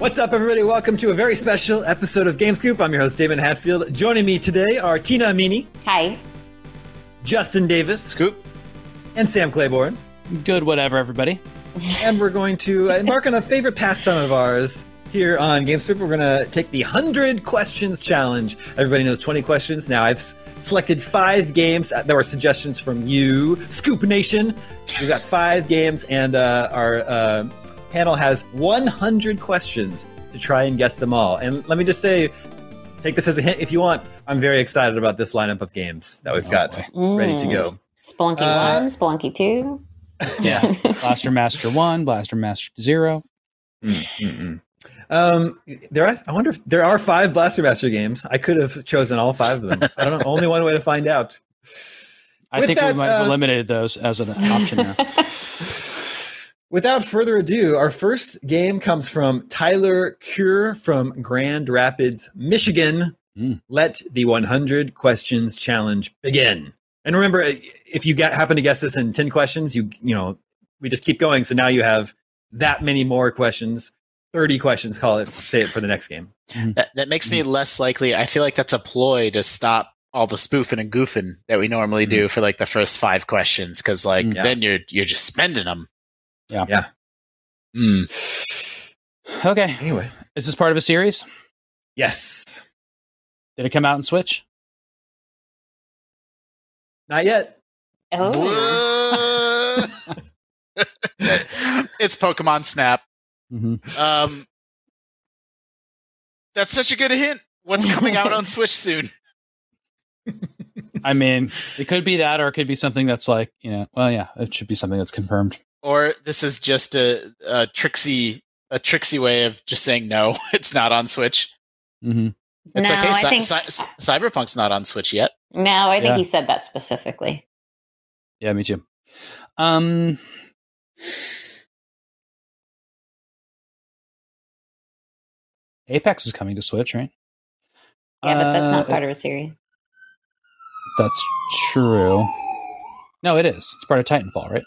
What's up, everybody? Welcome to a very special episode of Game Scoop. I'm your host, Damon Hatfield. Joining me today are Tina Amini, Hi. Justin Davis, Scoop. and Sam Claiborne. Good, whatever, everybody. And we're going to uh, embark on a favorite pastime of ours here on Game Scoop. We're going to take the 100 questions challenge. Everybody knows 20 questions. Now, I've s- selected five games uh, that were suggestions from you, Scoop Nation. We've got five games, and uh, our uh, panel has 100 questions to try and guess them all. And let me just say, take this as a hint if you want. I'm very excited about this lineup of games that we've Oh, got boy. ready to Mm. go. Spelunky Uh, 1, Spelunky 2. Yeah. Blaster Master 1, Blaster Master 0. Mm-mm. Um, there. Are, I wonder if there are five Blaster Master games. I could have chosen all five of them. I don't know. Only one way to find out. I With think that, we might have uh, eliminated those as an option there. Without further ado, our first game comes from Tyler Cure from Grand Rapids, Michigan. Mm. Let the 100 questions challenge begin. And remember, if you get, happen to guess this in 10 questions, you you know we just keep going. So now you have that many more questions. 30 questions. Call it. Say it for the next game. That, that makes me less likely. I feel like that's a ploy to stop all the spoofing and goofing that we normally do for like the first five questions, because like Mm. Yeah. then you're you're just spending them. Yeah. Yeah. Mm. Okay. Anyway, Is this part of a series? yes. Did it come out on Switch? Not yet. oh. Whoa. it's Pokemon Snap. Mm-hmm. Um, that's such a good hint. What's coming out on Switch soon? I mean, it could be that, or it could be something that's like, you know, well, yeah, it should be something that's confirmed. Or this is just a, a tricksy a tricksy way of just saying no, it's not on Switch. Mm-hmm. It's no, like, hey, I Cy- think, Cy- Cy- Cyberpunk's not on Switch yet. no, I think Yeah. he said that specifically. Yeah, me too. Um, Apex is coming to Switch, right? Yeah, but that's not Uh, part of a series. That's true. No, it is. It's part of Titanfall, right?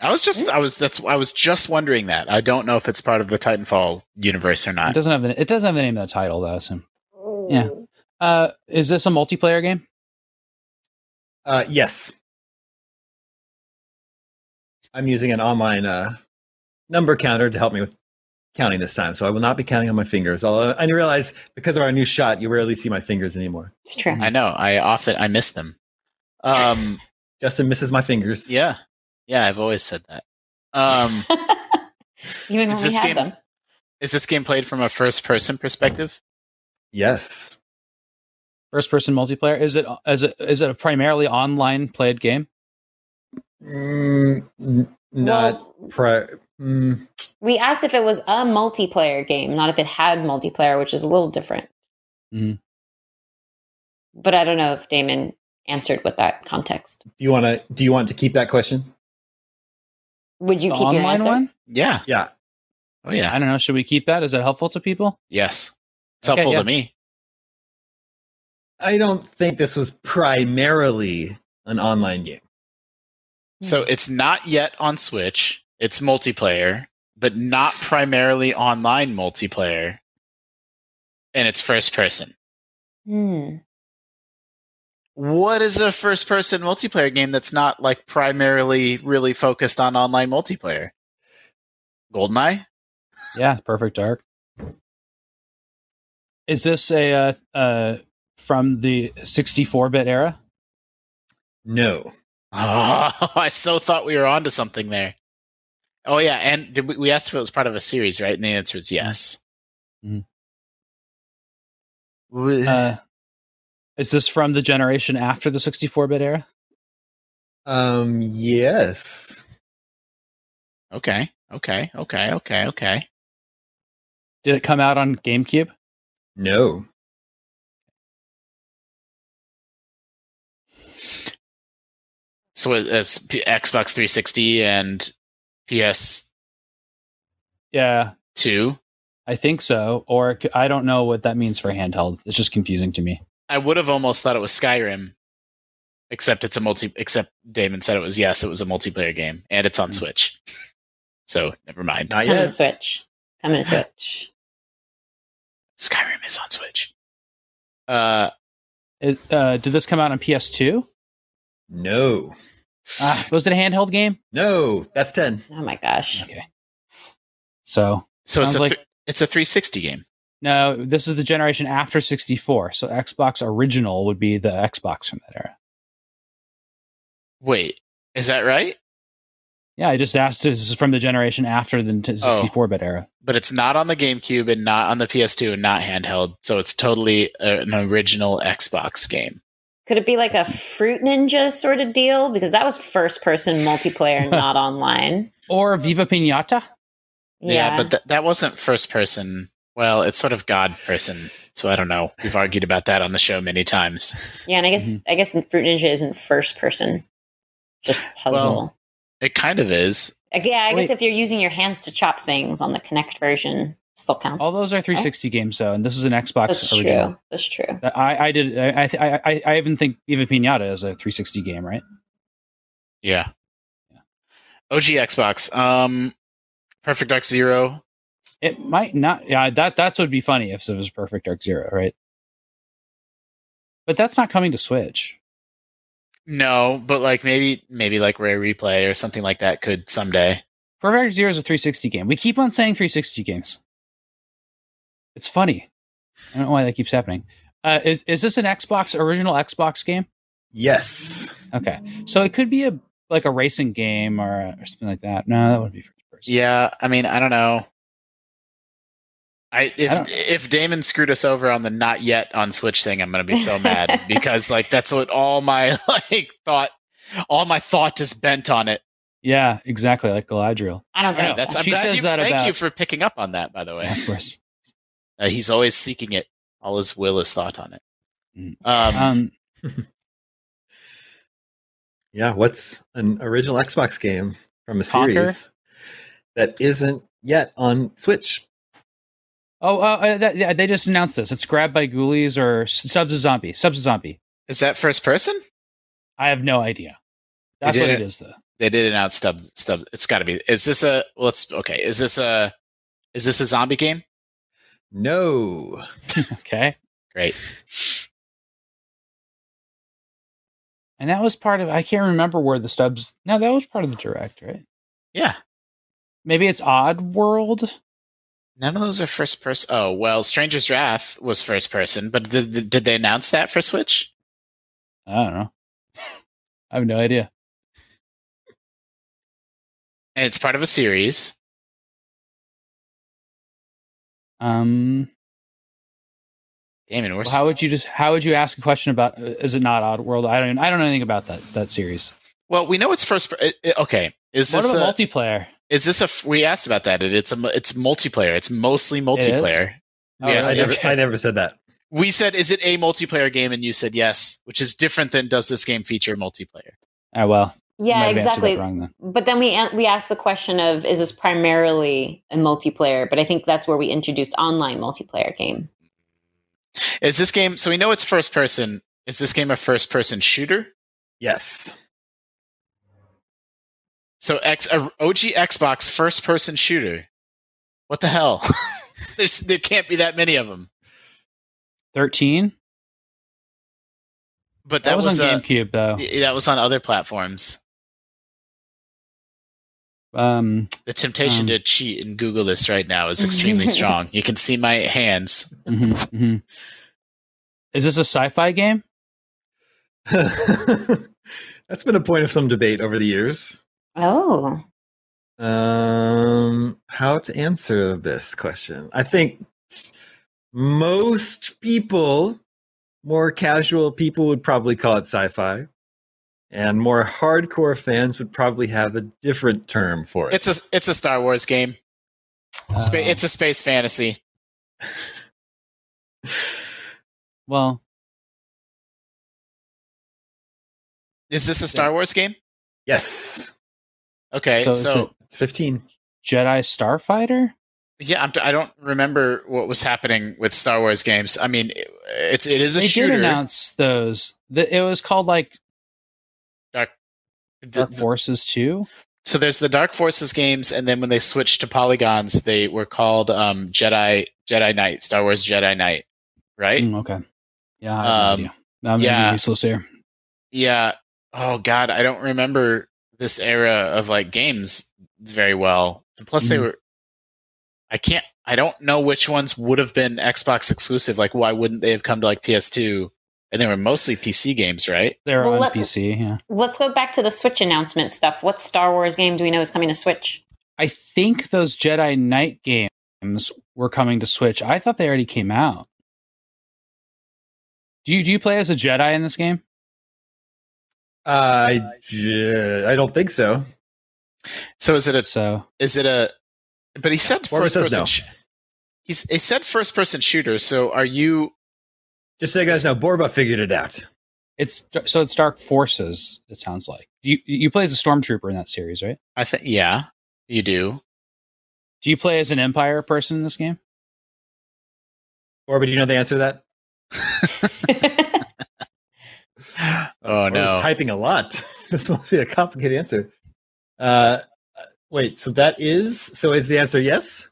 I was just, I was, that's, I was just wondering that. I don't know if it's part of the Titanfall universe or It not. doesn't have the it doesn't have the name of the title though. So. Yeah. Uh, is this a multiplayer game? Uh, yes. I'm using an online uh, number counter to help me with counting this time, so I will not be counting on my fingers. Although I realize because of our new shot, you rarely see my fingers anymore. It's true. I know. I often, I miss them. Um, Justin misses my fingers. yeah, yeah. I've always said that. Um, Even when is we this had game- them. is this game played from a first-person perspective? Yes. First person multiplayer? Is it is it is it a primarily online played game? Mm, n- not well, pri- mm, we asked if it was a multiplayer game, not if it had multiplayer, which is a little different. Mhm. But I don't know if Damon answered with that context. do you want to? Do you want to keep that question? Would you The keep your online answer? one? Yeah. Yeah. Oh yeah. I don't know. Should we keep that? Is that helpful to people? Yes. It's Okay, helpful yeah. to me. I don't think this was primarily an online game. So it's not yet on Switch. It's multiplayer, but not primarily online multiplayer. And it's first person. Hmm. What is a first person multiplayer game that's not like primarily really focused on online multiplayer? Goldeneye? Yeah. Perfect Dark. Is this a uh, uh from the 64 bit era? No. Oh, I so thought we were onto something there. Oh yeah, and did we, we asked if it was part of a series, right? And the answer is yes. Mhm. Wh- Uh, is this from the generation after the 64 bit era? Um. Yes. okay, okay, okay, okay, okay. Did it come out on GameCube? No. So it- it's P- Xbox 360 and PS2. Yeah, I think so. Or it c- I don't know what that means for handheld. It's just confusing to me. I would have almost thought it was Skyrim, except it's a multi. Except Damon said it was yes, it was a multiplayer game, and it's on Hmm. Switch. So never mind. Not Coming yet. to Switch. Coming to Switch. Skyrim is on Switch. Uh, It, uh, did this come out on PS2? No. Ah, was it a handheld game? No. That's 10. Oh my gosh. so So it's Sounds a like- th- it's a 360 game. no, this is the generation after 64. So Xbox original would be the Xbox from that era. Wait, is that right? Yeah, I just asked. This is from the generation after the Oh. 64-bit era. But it's not on the GameCube and not on the PS2 and not handheld, so it's totally a- an original Xbox game. Could it be like a Fruit Ninja sort of deal? Because that was first person multiplayer, and not online. Or Viva Pinata. Yeah. but th- that wasn't first person. Well, it's sort of God person, so I don't know. We've argued about that on the show many times. yeah, and I guess Mhm. I guess Fruit Ninja isn't first person. Just puzzle. Well- It kind of is. Like, yeah, I Wait. guess if you're using your hands to chop things on the Kinect version, still counts. All those are 360 games, though, and this is an Xbox That's original. true. That's true. That- I, I did. I, I, I, I even think Viva Pinata is a 360 game, right? Yeah. OG Xbox. Um Perfect Dark Zero. It might not. Yeah, that that's would be funny if it was Perfect Dark Zero, right? But that's not coming to Switch. No, but like maybe maybe like Rare Replay or something like that could someday. Perfect Dark Zero is a 360 game. We keep on saying 360 games. It's funny. I don't know why that keeps happening. Uh, is is this an Xbox original Xbox game? Yes. Okay, so it could be a like a racing game or, uh, or something like that. No, that wouldn't be first person. Yeah, I mean, I don't know. I if don't- if Damon screwed us over on the not yet on Switch thing, I'm gonna be so mad because like that's what all my like thought all my thought is bent on it. yeah, exactly. Like Galadriel. I don't Yeah, think that's so. I'm She glad says you, that thank about- you for picking up on that, by the way. Yeah, of course. Uh, he's always seeking it. All his will is thought on it. Mm. Um, Um, Yeah. What's an original Xbox game from a Conquer? series that isn't yet on Switch? oh, uh, uh, that, yeah, they just announced this. It's grabbed by ghoulies or S- subs a zombie. Subs a zombie. is that first person? I have no idea. They That's did what it it. is, though. They did announce stub stub. It's got to be. Is this a? Well, it's okay. Is this a? Is this a zombie game? No. Okay, Great. and that was part of. I can't remember where the stubs. No, that was part of the direct, right? Yeah. Maybe it's Odd World. None of those are first person. Oh well, Stranger's Wrath was first person, but did, did- did they announce that for Switch? I don't know. I have no idea. And it's part of a series. Um, Damon, where's how would you just? How would you ask a question about? uh, Is it not Odd World? I don't. I don't know anything about that that series. Well, we know it's first. Per- i- i- okay, is What this about a, multiplayer? is this a? f- We asked about that. It, it's a. mu- It's multiplayer. It's mostly multiplayer. Oh, Yes, I, really? yes. never, I never said that. We said, is it a multiplayer game? And you said yes, which is different than does this game feature multiplayer? Oh well. you might Yeah, have answered that exactly. Wrong then. But then we an- we asked the question of is this primarily a multiplayer? But I think that's where we introduced online multiplayer game. Is this game so we know it's first person. Is this game a first person shooter? Yes. So X a OG Xbox first person shooter. What the hell? There's there can't be that many of them. Thirteen. But That, that, was, was, on uh, GameCube though. y- that was on other platforms. Um, The temptation Um. to cheat and Google this right now is extremely strong. You can see my hands. mhm, mhm. Is this a sci-fi game? That's been a point of some debate over the years. Oh, Um, how to answer this question? I think most people, more casual people, would probably call it sci-fi, and more hardcore fans would probably have a different term for it. It's a it's a Star Wars game. Spa- Uh, it's a space fantasy. well, Is this a Star Wars game? yes, Okay, So so, it's a- it's fifteen. Jedi Starfighter. Yeah, I'm t- I don't remember what was happening with Star Wars games. I mean, it- it's it is a They shooter. did announce those. Th- It was called like Dark, the- Dark the- Forces Two. So there's the Dark Forces games, and then when they switched to polygons, they were called um, Jedi Jedi Knight, Star Wars Jedi Knight, right? Mm, okay. Yeah. I have no Um, idea. I'm yeah. yeah. useless here. Yeah. Oh God, I don't remember this era of like games very well. And plus, they Mhm. were. I can't. I don't know which ones would have been Xbox exclusive. Like, why wouldn't they have come to like PS2? And they were mostly PC games, right? They're Well, on let- PC. Yeah. Let's go back to the Switch announcement stuff. What Star Wars game do we know is coming to Switch? I think those Jedi Knight games were coming to Switch. I thought they already came out. Do you do you play as a Jedi in this game? Uh, I, j- I don't think so. So is it a So is it a? But he said Warmer first says person. no. sh- he's he said first person shooter. So are you? Just so you guys know, Borba figured it out. it's so it's Dark Forces. It sounds like you you play as a stormtrooper in that series, right? I think yeah, you do. Do you play as an Empire person in this game? Borba, do you know the answer to that? Oh no. Borba's typing a lot. this must be a complicated answer. Uh, wait. So that is. So is the answer yes?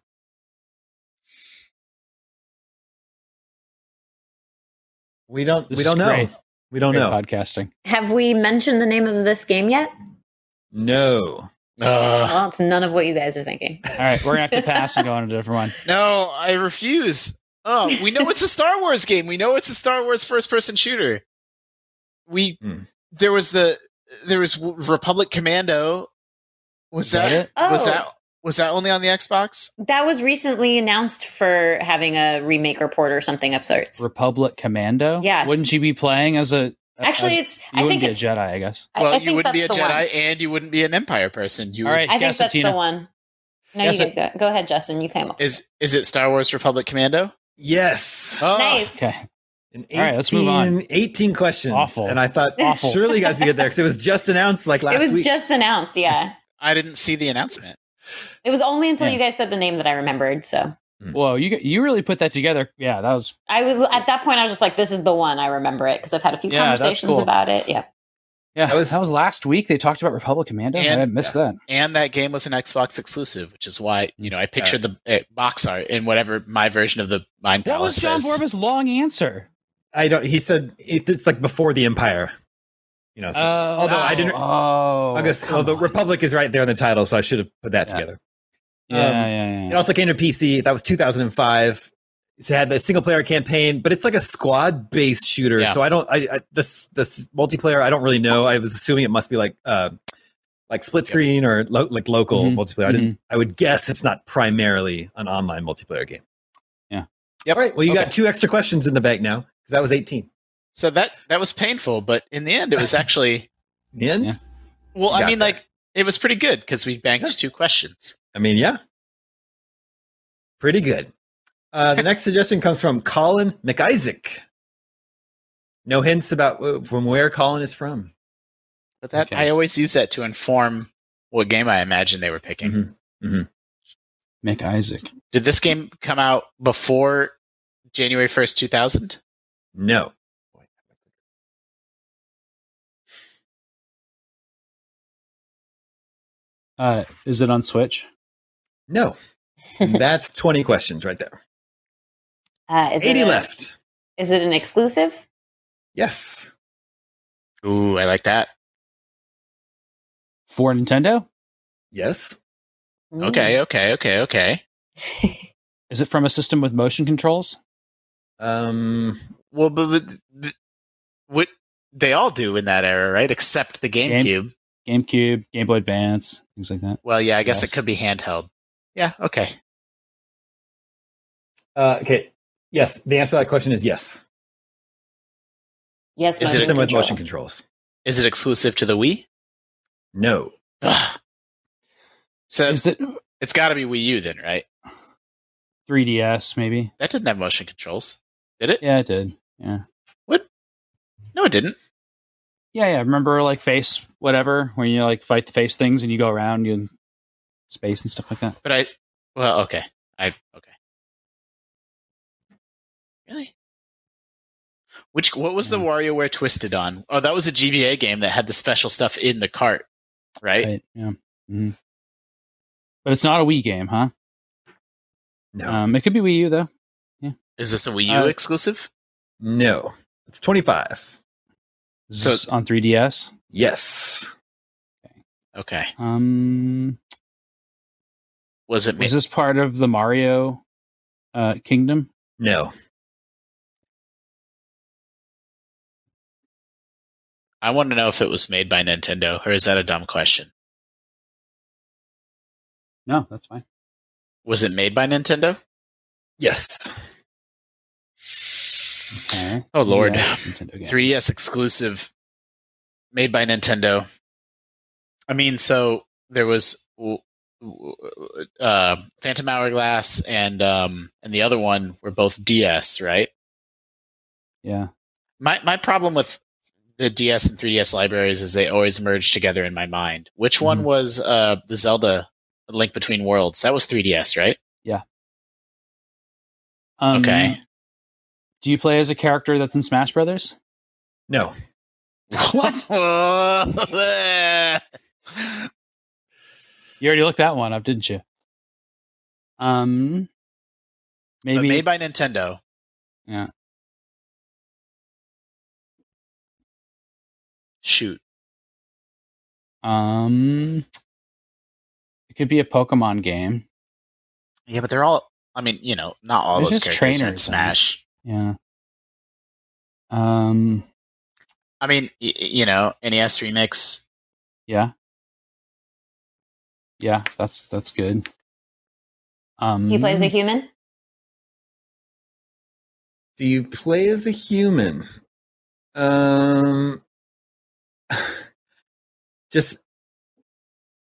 We don't. This we is don't know. great. We don't Great know. podcasting. Have we mentioned the name of this game yet? No. Ugh. Well, it's none of what you guys are thinking. All right, we're gonna have to pass and go on to a different one. No, I refuse. Oh, we know it's a Star Wars game. We know it's a Star Wars first-person shooter. We Hmm. there was the there was Republic Commando. Was Is that, that it? was Oh. that was that only on the Xbox? That was recently announced for having a remake or port or something of sorts. Republic Commando. Yes. Wouldn't you be playing as a? Actually, as- it's. you I wouldn't think be a it's. Jedi, I guess. I- Well, I you think wouldn't be a that's Jedi, the one. and you wouldn't be an Empire person. You All right, I think guess it, that's Tina. the one. No, Guess you it. guys go. Go ahead, Justin. You came up. is is it Star Wars Republic Commando? Yes. Oh, nice. Okay. In 18, All right, let's move on. 18 questions. Awful. And I thought, Awful. surely you guys would get there because it was just announced like last It was week. just announced. Yeah. I didn't see the announcement. It was only until Yeah. you guys said the name that I remembered. So Whoa, you you really put that together. Yeah, that was I was at that point. I was just like, "This is the one." I remember it because I've had a few Yeah, that's conversations cool. about it. Yeah. That yeah. That was- was, last week. They talked about Republic Commando. And- I had missed that. And that game was an Xbox exclusive, which is why you know I pictured the uh, box art in whatever my version of the Mind What Palace was John is. Borba's long answer? I don't, he said it, it's like before the Empire. You know, so- although I didn't- Oh, I guess come oh, the on. Republic is right there in the title, so I should have put that Yeah. together. Yeah, um, yeah, yeah. It also came to PC. That was 2005. So it had the single player campaign, but it's like a squad based shooter. Yeah. So I don't, I, I this this multiplayer, I don't really know. I was assuming it must be like, uh, like split Yeah. screen or lo- like local Mhm, multiplayer. I didn't I would guess it's not primarily an online multiplayer game. Yeah. Yep. All right. Well, you Okay. got two extra questions in the bag now because that was 18. So that that was painful, but in the end, it was actually The end? Yeah. well. I Got mean, there. like it was pretty good because we banked Yeah. two questions. I mean, yeah. Pretty good. Uh, the next suggestion comes from Colin McIsaac. No hints about uh, from where Colin is from. But that Okay. I always use that to inform what game I imagine they were picking. Mhm. Mick Isaac. Did this game come out before January first, two thousand? No. Uh, is it on Switch? No. That's 20 questions right there. Uh, is 80 it a- left. Is it an exclusive? Yes. Ooh, I like that. for Nintendo? Yes. Mm. Okay, okay, okay, okay. Is it from a system with motion controls? Um, Well, but, but th- what they all do in that era, right? Except the Game- GameCube. GameCube, Game Boy Advance, things like that. Well, yeah, I guess Yes. it could be handheld. Yeah, okay. uh, okay. Yes. The answer to that question is yes. Yes. Is it a- motion System with control. motion controls. Is it exclusive to the Wii? No. Ugh. So Is it it's got to be Wii U then, right? 3DS? Maybe. That didn't have motion controls, did it? Yeah, it did. Yeah, No, it didn't. yeah, yeah. Remember, like face whatever, when you like fight the face things and you go around you in space and stuff like that. But I, well, okay, I okay. Really? Which what was the Yeah. WarioWare Twisted on? Oh, that was a GBA game that had the special stuff in the cart, right? Right. Yeah. mm-hmm. But it's not a Wii game, huh? No, Um, it could be Wii U though. Is this a Wii U Uh, exclusive? no, it's twenty five. Is So- this on 3DS. Yes, Okay. Um, Was it me? was this part of the Mario uh, Kingdom? no, I want to know if it was made by Nintendo, or is that a dumb question? No, that's fine. Was it made by Nintendo? yes, Okay. Oh lord. 3DS, Nintendo game. 3DS exclusive made by Nintendo. I mean, so there was w- w- uh, Phantom Hourglass and um, and the other one were both DS, right? Yeah. My my problem with the DS and 3DS libraries is they always merge together in my mind. Which one Mhm. was uh, the Zelda Link Between Worlds? That was 3DS, right? Um, Okay. Do you play as a character that's in Smash Brothers? no. What? You already looked that one up, didn't you? Um, maybe. made by Nintendo. Yeah. Shoot. um, it could be a Pokemon game. Yeah, but they're all. I mean, you know, not all There's those just characters are in trainers, though. Smash. Yeah. Um. I mean, y- y- you know, NES remix. Yeah. Yeah, that's that's good. Um, Mm. He plays a human. Do you play as a human? Um, just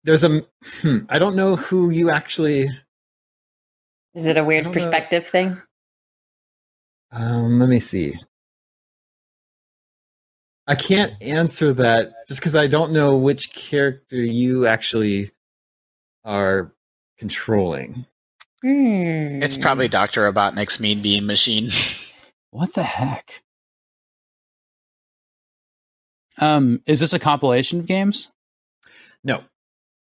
there's a. Hmm, I don't know who you actually. Is it a I weird don't know. perspective thing? Um, let me see. I can't answer that just because I don't know which character you actually are controlling. Hmm. It's Mm. probably Doctor Robotnik's Mean Beam Machine. what the heck? Um, is this a compilation of games? No,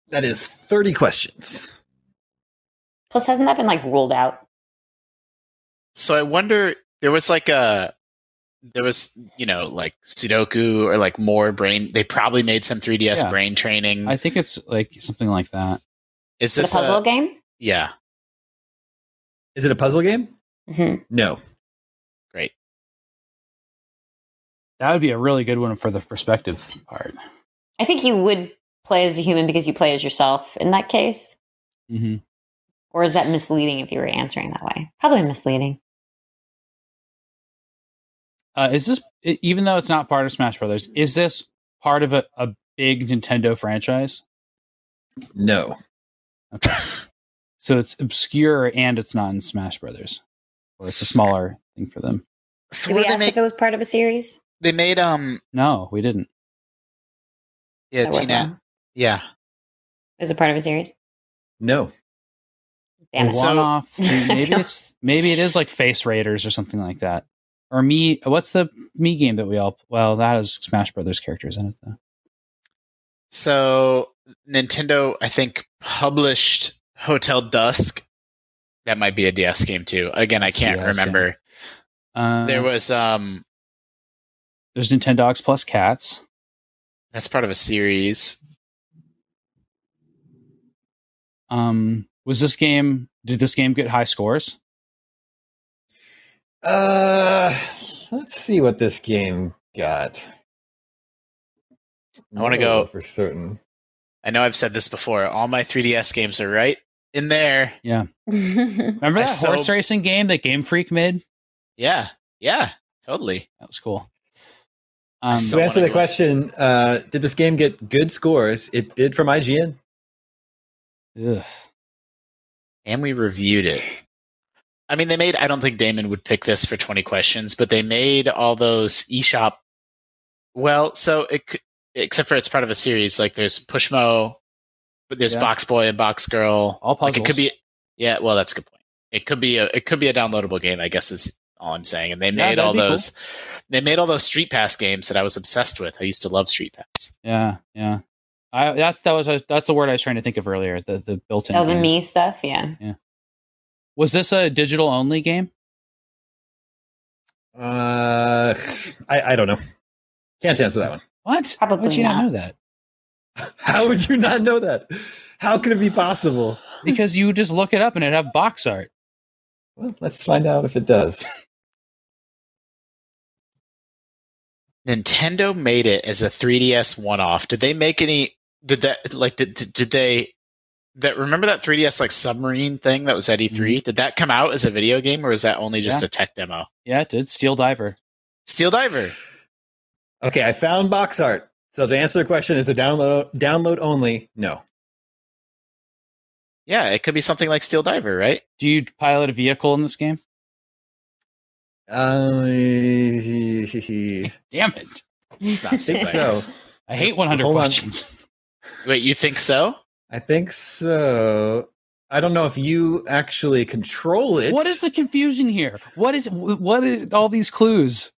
that is thirty questions. Plus, hasn't that been like ruled out? so I wonder. There was like a. There was, you know, like Sudoku or like more brain. They probably made some 3DS Yeah. brain training. I think it's like something like that. Is The this puzzle A, game. yeah. Is it a puzzle game? hmm No. Great. That would be a really good one for the perspective part. I think you would play as a human because you play as yourself in that case. Mm-hmm. Or is that misleading if you were answering that way? Probably misleading. Uh, is this e- even though it's not part of Smash Brothers? Is this part of a, a big Nintendo franchise? No. Okay, so it's obscure and it's not in Smash Brothers, or it's a smaller thing for them. So Did we were they ask make if it was part of a series? they made um No, we didn't. yeah That wasn't Tina one. yeah Is it part of a series? No. Damn A it. So- one-off. I Maybe feel- it's maybe it is like Face Raiders or something like that. Or me. What's the me game that we all? Well, that is Smash Brothers characters in it though. so Nintendo I think published Hotel Dusk that might be a DS game too again I That's can't DS, yeah. remember Uh, there Uh-huh. was um there's Nintendogs plus cats. that's part of a series Um, was this game? Did this game get high scores? Uh, let's see what this game got. I wanna No go- for certain. I know I've said this before all my 3DS games are right in there Oh, Remember I that so- horse racing game that Game Freak made? yeah yeah totally That was cool. Um, To so- Don't answer the wanna go- question, uh, did this game get good scores? It did from IGN. ugh. and we reviewed it I mean they made I don't think Damon would pick this for 20 questions but they made all those eShop well so it c- except for it's part of a series like there's Pushmo but there's Yeah. Box Boy and Box Girl All Like, it could puzzles. be yeah well that's a good point it could be a it could be a downloadable game I guess is all I'm saying and they made that'd all be cool. those they made all those Street Pass games that I was obsessed with I used to love Street Pass yeah, yeah. I, that's that was uh, that's the word I was trying to think of earlier. The the built-in. Oh, the games. me stuff. Yeah. Was this a digital only game? Uh, I, I don't know. Can't answer that one. What? How would Probably you not not. know that? How would you not know that? How could it be possible? Because you just look it up and it have box art. Well, let's find out if it does. Nintendo made it as a 3DS one-off. Did they make any? Did that like did did, did they? That remember that 3DS like submarine thing that was at E3? Did that come out as a video game or was that only just Yeah. a tech demo? Yeah, it did. Steel Diver. Steel Diver. Okay, I found box art. So to answer the question, is it download download only? No. Yeah, it could be something like Steel Diver, right? Do you pilot a vehicle in this game? Um, I Damn it! It's not Steel think Diver. so. I hate 100 Hold on. questions. Wait, you think so? I think so. I don't know if you actually control it. What is the confusion here? What is what is all these clues?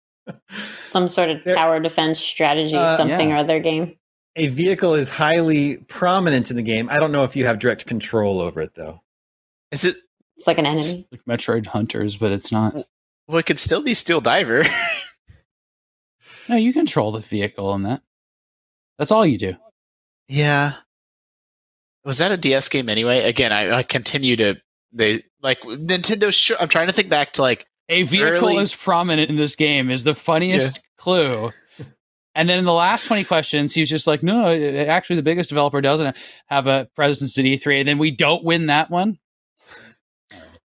Some sort of There- tower defense strategy, Uh, something yeah. or other game. a vehicle is highly prominent in the game. I don't know if you have direct control over it though. Is it? It's like an enemy. Like Metroid Hunters, but it's not. Well, it could still be Steel Diver. No, you control the vehicle in that. That's all you do. Yeah. Was that a DS game anyway? Again, I, I continue to they like Nintendo. Sure, I'm trying to think back to like A vehicle Early- is prominent in this game is the funniest clue. And then in the last 20 questions, he was just like, no, actually, the biggest developer doesn't have a presence at E3. And then we don't win that one.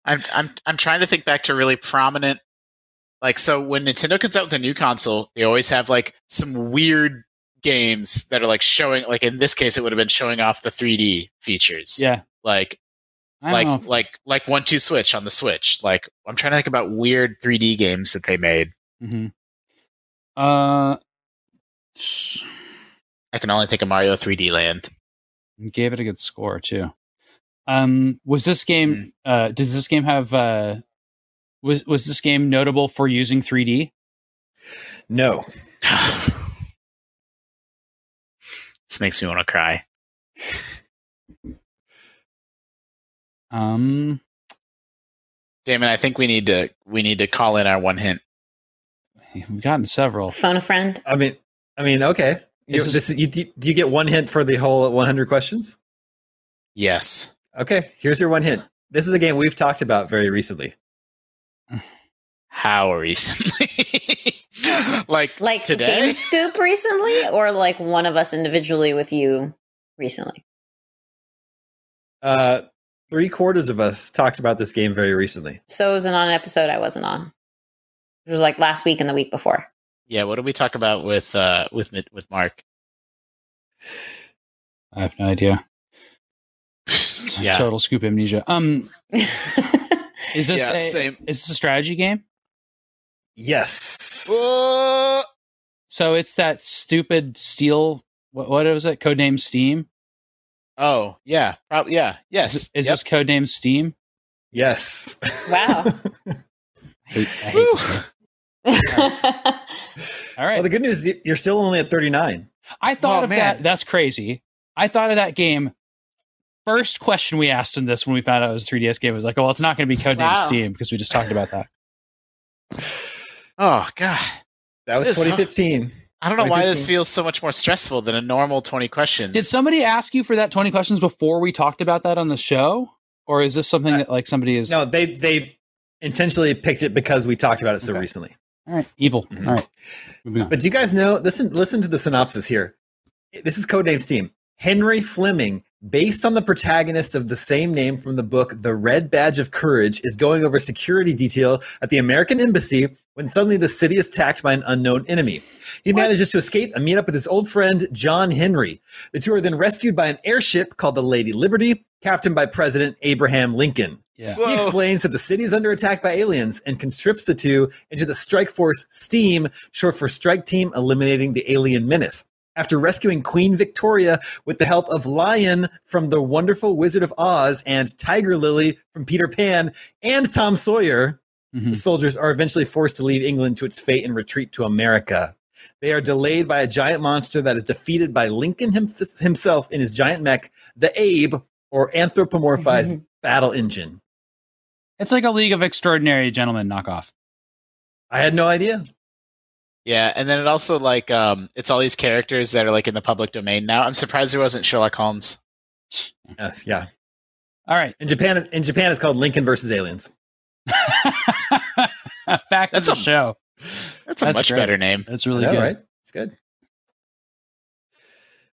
I'm I'm I'm trying to think back to really prominent. Like so, when Nintendo comes out with a new console, they always have like some weird games that are like showing. Like in this case, it would have been showing off the 3D features. Yeah. Like I like don't know. like like one two switch on the Switch. Like I'm trying to think about weird 3D games that they made. Mhm. Uh, s- I can only think of Mario 3D Land. gave it a good score, too. Um, was this game, Hmm. uh, does this game have, uh, was, was this game notable for using 3D? No. this makes me want to cry. Um, Damon, I think we need to we need to call in our one hint. we've gotten several. Phone a friend. I mean, I mean, okay. You, This is- this, you, do you get one hint for the whole 100 questions? Yes. Okay, here's your one hint. This is a game we've talked about very recently. How recently? like Like today? Game Scoop recently, or like one of us individually with you recently. Uh, three quarters of us talked about this game very recently. So it was on an episode I wasn't on. It was like last week and the week before. Yeah, what did we talk about with uh with Mi- with Mark? I have no idea. yeah. Total scoop amnesia. Um, Is this Yeah, a, same. is this a strategy game? Yes. Whoa! So it's that stupid steel. What, what was it? Codename Steam. Oh, yeah. Probably yeah. Yes. Is, is Yep. this codename Steam? Yes. Wow. I hate, I hate this game. All right, Well, the good news is you're still only at 39. I thought Oh, of man. that. That's crazy. I thought of that game. First question we asked in this when we found out it was a 3DS game was like, oh, well, it's not going to be codename Wow. Steam because we just talked about that. oh god. That was This- 2015. I don't know why this 2015. feels so much more stressful than a normal 20 questions. Did somebody ask you for that 20 questions before we talked about that on the show? Or is this something that like somebody is No, they they intentionally picked it because we talked about it so Okay. recently. all right, evil. Mhm. All right. Moving on. But do you guys know? Listen, listen to the synopsis here. This is Codename Steam. Henry Fleming, based on the protagonist of the same name from the book The Red Badge of Courage, is going over security detail at the American embassy when suddenly the city is attacked by an unknown enemy. He manages to escape and meet up with his old friend John Henry. The two are then rescued by an airship called the Lady Liberty, captained by President Abraham Lincoln. yeah. Whoa. He explains that the city is under attack by aliens and conscripts the two into the Strike Force STEAM, short for Strike Team Eliminating the Alien Menace. After rescuing Queen Victoria with the help of Lion from The Wonderful Wizard of Oz and Tiger Lily from Peter Pan and Tom Sawyer, Mhm. the soldiers are eventually forced to leave England to its fate and retreat to America. They are delayed by a giant monster that is defeated by Lincoln him- himself in his giant mech, the Abe, or anthropomorphized battle engine. It's like a League of Extraordinary Gentlemen knockoff. I had no idea. Yeah, and then it also like um, it's all these characters that are like in the public domain now. I'm surprised there wasn't Sherlock Holmes. Uh, yeah. All right. In Japan, in Japan, it's called Lincoln versus Aliens. Fact That's of a- the show. That's a That's much great. better name. That's I really know, good. right? It's good.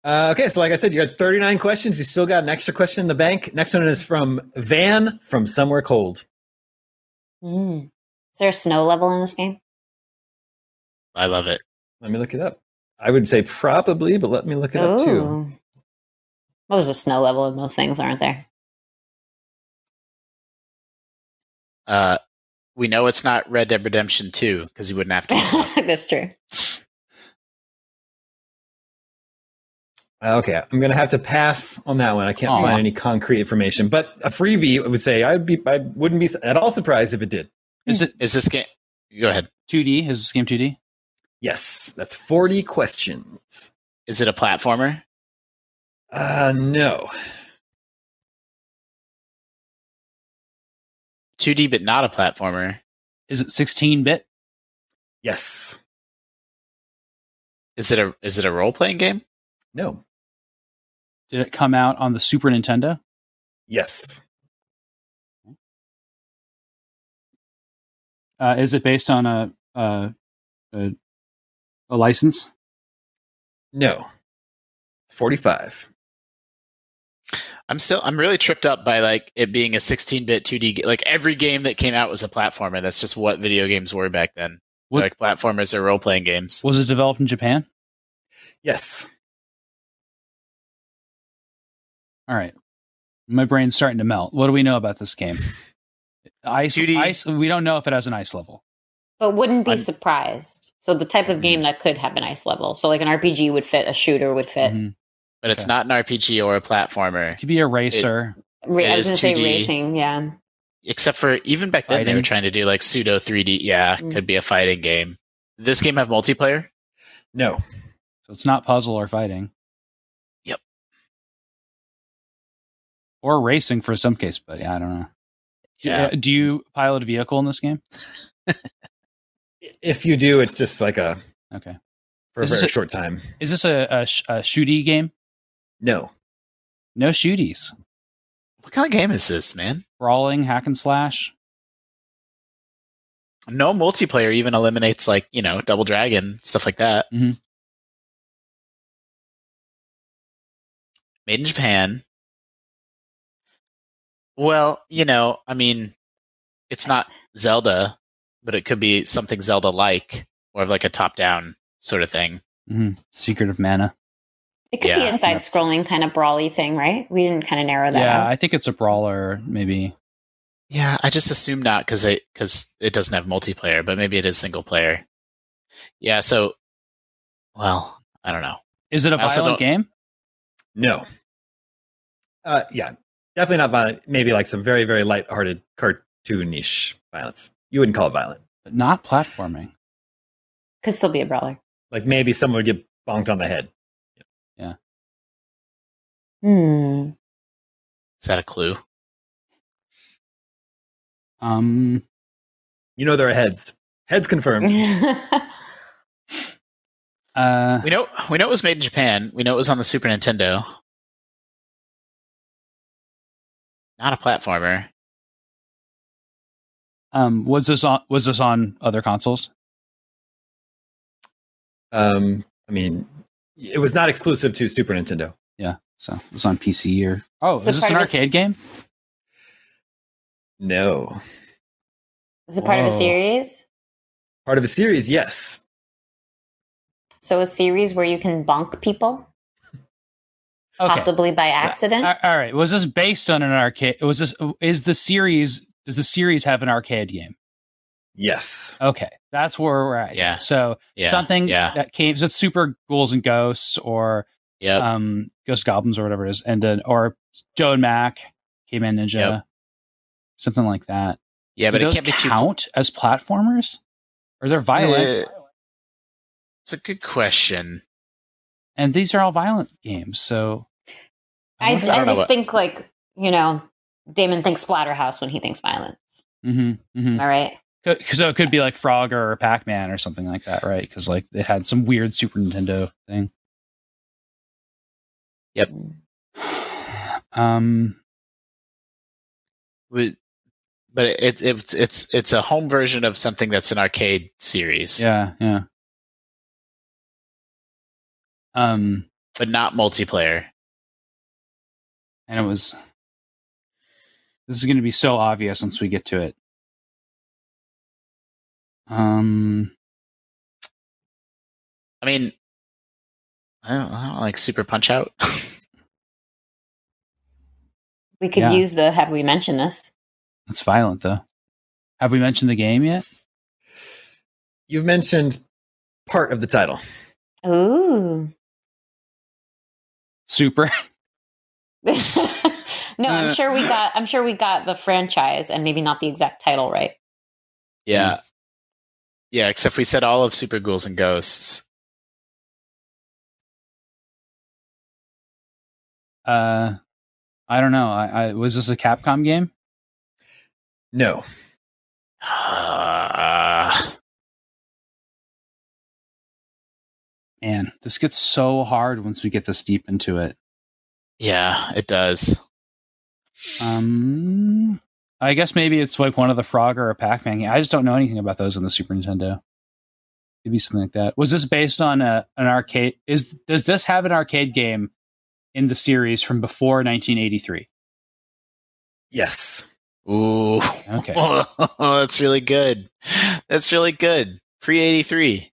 Uh, okay, so like I said, you got 39 questions. You still got an extra question in the bank. Next one is from Van from Somewhere Cold. Mm. Is there a snow level in this game? I love it. Let me look it up. I would say probably, but let me look it up too. Ooh. Well, there's a snow level in most things, aren't there? Uh, we know it's not Red Dead Redemption 2 because you wouldn't have to. That's true. Uh, Okay, I'm gonna have to pass on that one. I can't Aw. find any concrete information, but a freebie I would say I'd be I wouldn't be at all surprised if it did. Is it Is this game? Go ahead. 2D? Is this game 2D? Yes, that's 40 questions. Is it a platformer? Uh, no, 2D, but not a platformer. Is it 16 bit? yes, Is it a is it a role playing game? no, Did it come out on the Super Nintendo? yes. Uh, is it based on a a, a a license? No. 45. I'm still I'm really tripped up by like it being a 16-bit 2D. ga- Like every game that came out was a platformer. That's just what video games were back then. What- Like platformers are role playing games. Was it developed in Japan? Yes. All right, my brain's starting to melt. What do we know about this game? Ice, 2D. ice. We don't know if it has an ice level. But wouldn't be I'm- surprised. So the type of Mm-hmm. game that could have an ice level. So like an RPG would fit, a shooter would fit. Mhm. But it's Okay. not an RPG or a platformer. It could be a racer. Ra- It I was is going to say 2D. racing, yeah. Except for even back then they were Fighting. trying to do like pseudo 3D. Yeah, Mm. could be a fighting game. Did This game have multiplayer? No. so it's not puzzle or fighting. Yep. Or racing for some case, but yeah, I don't know. Do- Yeah. uh, Do, you pilot a vehicle in this game? If you do, it's just like a Okay. for a Is this very a- short time. Is this a, a, sh- a shooty game? No. No shooties. What kind of game is this, man? Brawling, hack and slash. No multiplayer even eliminates like, you know, Double Dragon, stuff like that. Mhm. Made in Japan. Well, you know, I mean, it's not Zelda, but it could be something Zelda like, more of like a top down sort of thing. Mhm. Secret of Mana. It could Yeah. be a side scrolling kind of brawly thing, right? We didn't kind of narrow that Yeah, out. I think it's a brawler, maybe. Yeah, I just assume not because it because it doesn't have multiplayer, but maybe it is single player. Yeah, so well, I don't know. Is it a I also violent don't- game? No. Uh, yeah. Definitely not violent. Maybe like some very, very lighthearted cartoonish violence. You wouldn't call it violent. But not platforming. Could still be a brawler. Like maybe someone would get bonked on the head. Hmm. Is that a clue? Um, You know there are heads. Heads confirmed. uh, We know we know it was made in Japan. We know it was on the Super Nintendo. Not a platformer. um, was this on was this on other consoles? Um, I mean, it was not exclusive to Super Nintendo. Yeah, so it was on PC or oh, So is this an part of- arcade game? No. Is it part of a Whoa. series? Part of a series, yes. So a series where you can bonk people, Okay, possibly by accident. A- all right. Was this based on an arcade? Was this is the series? Does the series have an arcade game? Yes. Okay, that's where we're at. Yeah. So Yeah. something Yeah. that came, so it's Super Ghouls and Ghosts or Yep. um Ghost Goblins or whatever it is, and then or Joe and Mac, Caveman Ninja, Yep. something like that. yeah, Do but it those can't be too count as platformers, or they're violent. Uh, It's a good question. And these are all violent games, so I, I, don't know just what- think like you know, Damon thinks Splatterhouse when he thinks violence. hmm hmm All right. so it could be like Frogger or Pac Man or something like that, right? Because like it had some weird Super Nintendo thing. Yep. Um. We- But it, it's it's it's a home version of something that's an arcade series, Yeah. Yeah. Um. but not multiplayer. and it was this is going to be so obvious once we get to it um I mean, I don't, I don't like Super Punch Out. We could Yeah. use the have we mentioned this? it's violent though have we mentioned the game yet You've mentioned part of the title. Ooh. super no, Uh, I'm sure we got I'm sure we got the franchise and maybe not the exact title right. yeah, Mm. yeah. Except we said all of Super Ghouls and Ghosts. uh i don't know i, I was this a capcom game No. Ah. man this gets so hard once we get this deep into it yeah, it does. um i guess maybe it's like one of the frog or a pac-man game. i just don't know anything about those on the super nintendo It'd be something like that. Was this based on a an arcade? Is does this have an arcade game in the series from before 1983? Yes. Ooh, Okay. that's really good. That's really good. Pre eighty three.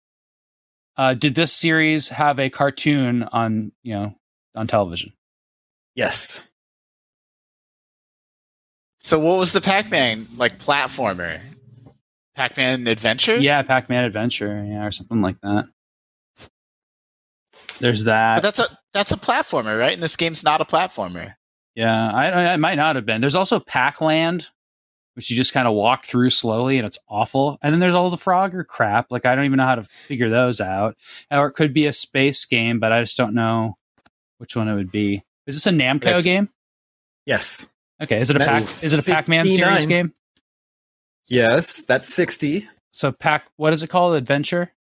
Uh, did this series have a cartoon on you know on television? Yes. So what was the Pac Man like platformer? Pac Man Adventure. Yeah, Pac Man Adventure, yeah, or something like that. There's but that. that's a that's a platformer, right? And this game's not a platformer. Yeah, I I- it might not have been. There's also Pac Land, which you just kind of walk through slowly, and it's awful. And then there's all the Frogger crap. Like I don't even know how to figure those out. Or it could be a space game, but I just don't know which one it would be. Is this a Namco That's- game? Yes. Okay, is it a That's Pac? Is it a Pac-Man series 59. game? Yes. That's 60. So Pac, what is it called? Adventure?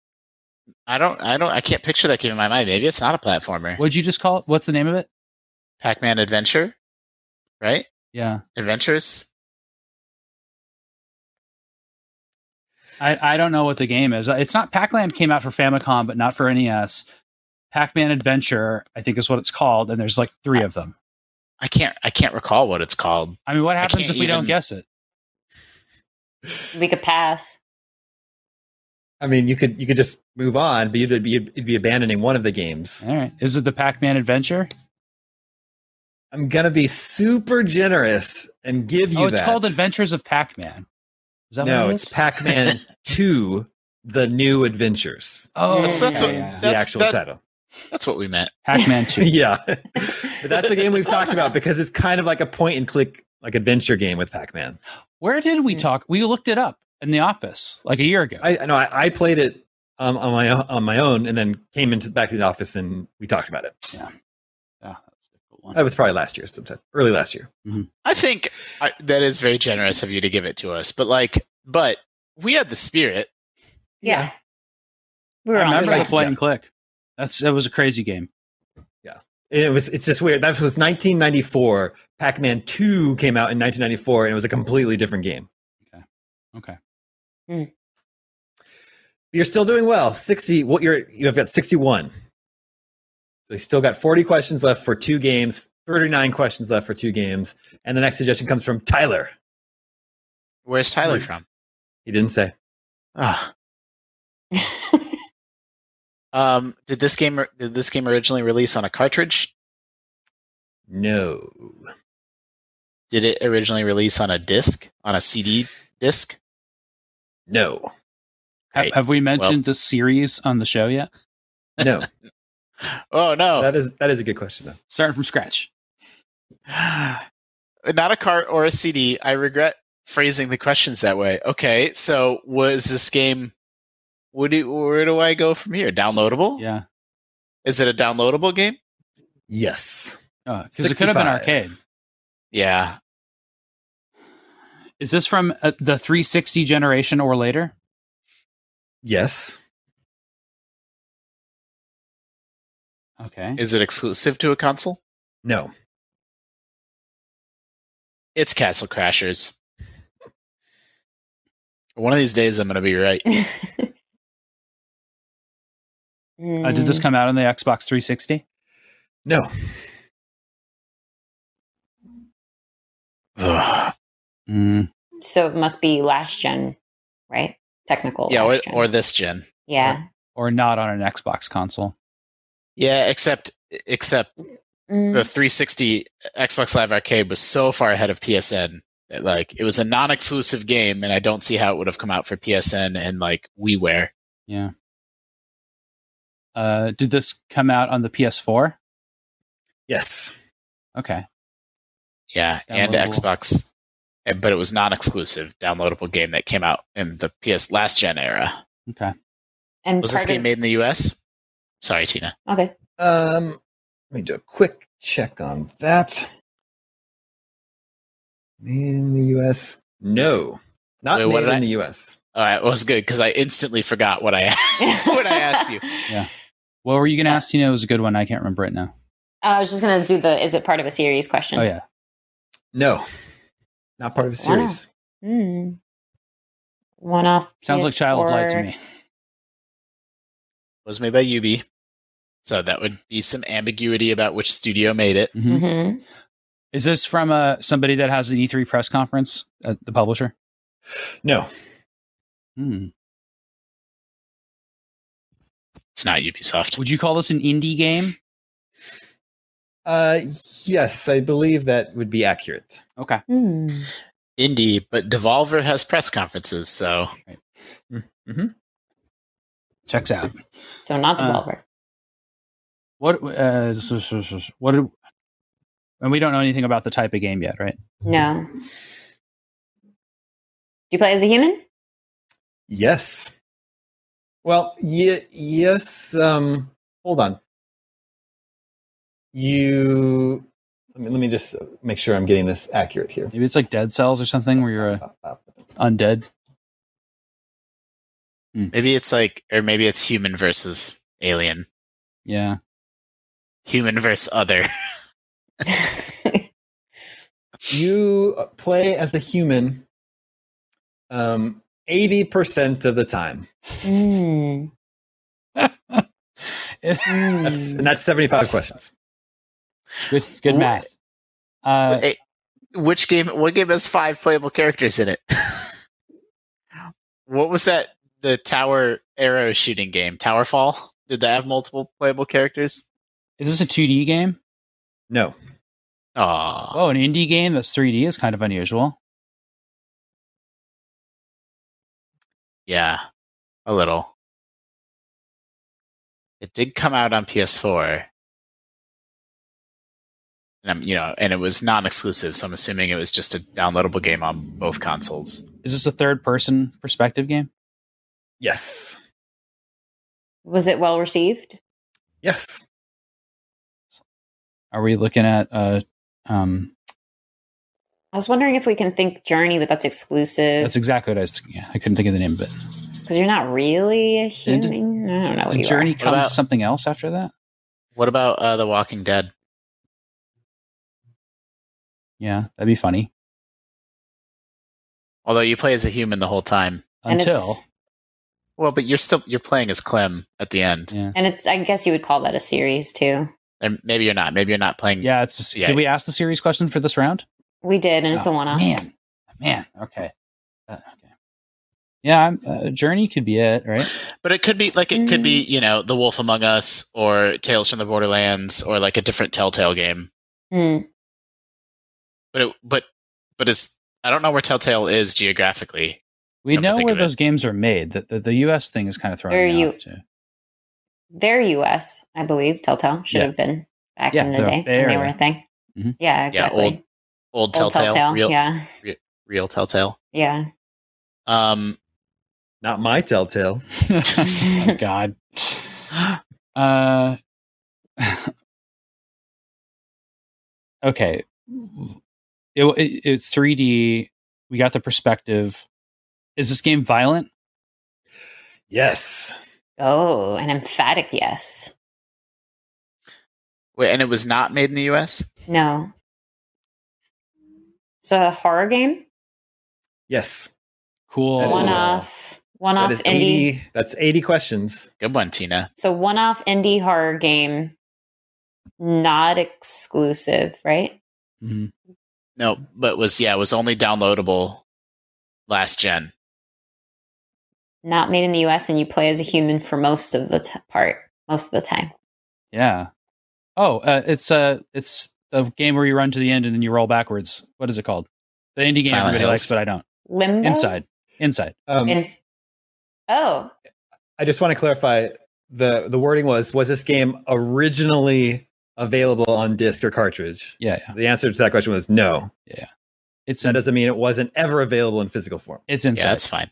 I don't I don't I can't picture that game in my mind. Maybe it's not a platformer. What'd you just call it? What's the name of it? Pac Man Adventure, right? Yeah, Adventures. I I don't know what the game is. It's not Pac-Land came out for Famicom, but not for NES. Pac-Man Adventure, I think, is what it's called, and there's like three of them. I can't I can't recall what it's called. I mean, what happens can't if we don't even- guess it? We could pass. I mean, you could you could just move on, but you'd be you'd be abandoning one of the games. All right. Is it the Pac Man Adventure? I'm gonna be super generous and give you Oh, it's that. called Adventures of Pac Man. Is that no, what it it's is? Pac-Man Two: The New Adventures. oh, That's- that's what- Is the That's- actual that- title. That's what we meant. Pac Man 2. yeah, but that's a game we've talked about because it's kind of like a point and click like adventure game with Pac-Man. Where did we Hmm. talk? We looked it up in the office like a year ago. I I know I, I played it um, on my on my own and then came into back to the office and we talked about it. Ah, that's a difficult one. That was probably last year, sometime early last year. I think I, that is very generous of you to give it to us. But like but we had the spirit. Yeah. We were I on remember track. the play Yeah. and click. That's that was a crazy game. And it was it's just weird. That was 1994. Pac-Man 2 came out in 1994 and it was a completely different game. Okay. You're still doing well. 60 what you're you have got 61. So you still got 40 questions left for two games, 39 questions left for two games, and the next suggestion comes from Tyler. Where's Tyler Hmm. Right. from? He didn't say. Ah. Um did this game did this game originally release on a cartridge? No. Did it originally release on a disc? On a CD disc? No. Ha- Great. have we mentioned Well- this series on the show yet? No. Oh no. That is that is a good question though. Starting from scratch. Not a cart or a CD. I regret phrasing the questions that way. Okay, so was this game What do, where do I go from here? Downloadable? Yeah. Is it a downloadable game? Yes. Because Oh, it could have 65. been arcade. Yeah. Is this from uh, the 360 generation or later? Yes. Okay. Is it exclusive to a console? No. It's Castle Crashers. One of these days, I'm going to be right. Uh, did Mm. this come out on the Xbox 360? No. Ugh. Mm. so it must be last gen, right? Technical. yeah, or, last gen. or this gen. yeah. Or not on an Xbox console? Yeah, except except Mm. the 360 Xbox Live Arcade was so far ahead of PSN. that, Like it was a non-exclusive game, and I don't see how it would have come out for PSN and like WiiWare. Yeah. Uh, did this come out on the PS4? Yes. Okay. Yeah, and Downloadable. Xbox, And- but it was non-exclusive downloadable game that came out in the PS last gen era. Okay. and Was this part game of- made in the U.S.? Sorry, Tina. okay. Um, let me do a quick check on that. In the U.S. No, not Wait, made what in did I- the U.S. All right, well, Uh, it was good because I instantly forgot what I what I asked you. Yeah. What were you going to ask? You know, it was a good one. I can't remember it now. I was just gonna do the is it part of a series question? Oh, yeah. No, not part of the Wow. series. Mm. One off. Sounds like Child of Light to PS4. me. was made by Ubi, so that would be some ambiguity about which studio made it. Mhm. Mhm. Is this from uh, somebody that has an E3 press conference, uh, the publisher? No, Hmm. It's not Ubisoft. Would you call this an indie game? uh, yes, I believe that would be accurate. Okay. Mm. Indie, but Devolver has press conferences, so Checks out. So not the Uh, Devolver. What? Uh, s- s- s- s- what? do- and we don't know anything about the type of game yet, right? No. Do you play as a human? Yes. Well, ye- yes. Um, hold on. You. Let me, let me just make sure I'm getting this accurate here. Maybe it's like Dead Cells or something, where you're a undead. maybe it's like, or maybe it's human versus alien, Yeah. human versus other. you play as a human um 80% of the time Mm. that's Mm. and that's 75 questions Good. Good Wh- math. Uh, Eh, Which game? What game has five playable characters in it? what was that? The tower arrow shooting game, Towerfall. Did that have multiple playable characters? is this a 2D game? no Aw. Oh, an indie game that's 3D is kind of unusual. Yeah, a little. It did come out on PS4. And I'm, you know, and it was non-exclusive, so I'm assuming it was just a downloadable game on both consoles. Is this a third-person perspective game? yes Was it well received? yes Are we looking at uh, um, I was wondering if we can think Journey, but that's exclusive That's exactly what I was thinking. I couldn't think of the name of it. because you're not really a Didn't- human. I don't know what Did you Journey are. come about- something else after that? What about uh, The Walking Dead? Yeah, that'd be funny. Although you play as a human the whole time. And Until it's, Well, but you're still you're playing as Clem at the end. and it's, I guess you would call that a series too. And maybe you're not. Maybe you're not playing. yeah, it's. Just, Yeah. Did we ask the series question for this round? We did, and it's Oh, a one-off. Man, man. Okay. Uh, okay. Yeah, I'm, uh, Journey could be it, right? But it could be like it could be you know The Wolf Among Us or Tales from the Borderlands or like a different Telltale game. Hmm. But it, but but it's I don't know where Telltale is geographically. We Come to know think where of it. those games are made. The, the, the U.S. thing is kind of throwing Where me you- off too. They're U.S., I believe. Telltale should Yeah. have been back Yeah, in the they're day Bay when they Area. were a thing. Mhm. Yeah, exactly. old- Old Old Telltale, real Yeah, real Telltale. yeah. Um, Not my telltale. oh my God. Uh, okay. It, it, it's 3D. We got the perspective. Is this game violent? Yes. Oh, an emphatic yes. Wait, and it was not made in the U.S. No. It's a horror game. Yes. Cool. That One is- off. One That off is indie. 80, that's 80 questions. Good one, Tina. So one off indie horror game. Not exclusive, right? Mhm. No, but was yeah, it was only downloadable last gen. Not made in the US and you play as a human for most of the t- part, most of the time. Yeah. Oh, uh, it's uh, it's a game where you run to the end and then you roll backwards. What is it called? The indie game Silent everybody Hills. likes, but I don't. Limbo. Inside. Inside. Um, Ins- oh, I just want to clarify the the wording was was this game originally available on disc or cartridge? Yeah. yeah. The answer to that question was no. It's That in, doesn't mean it wasn't ever available in physical form. it's inside. Yeah, that's fine.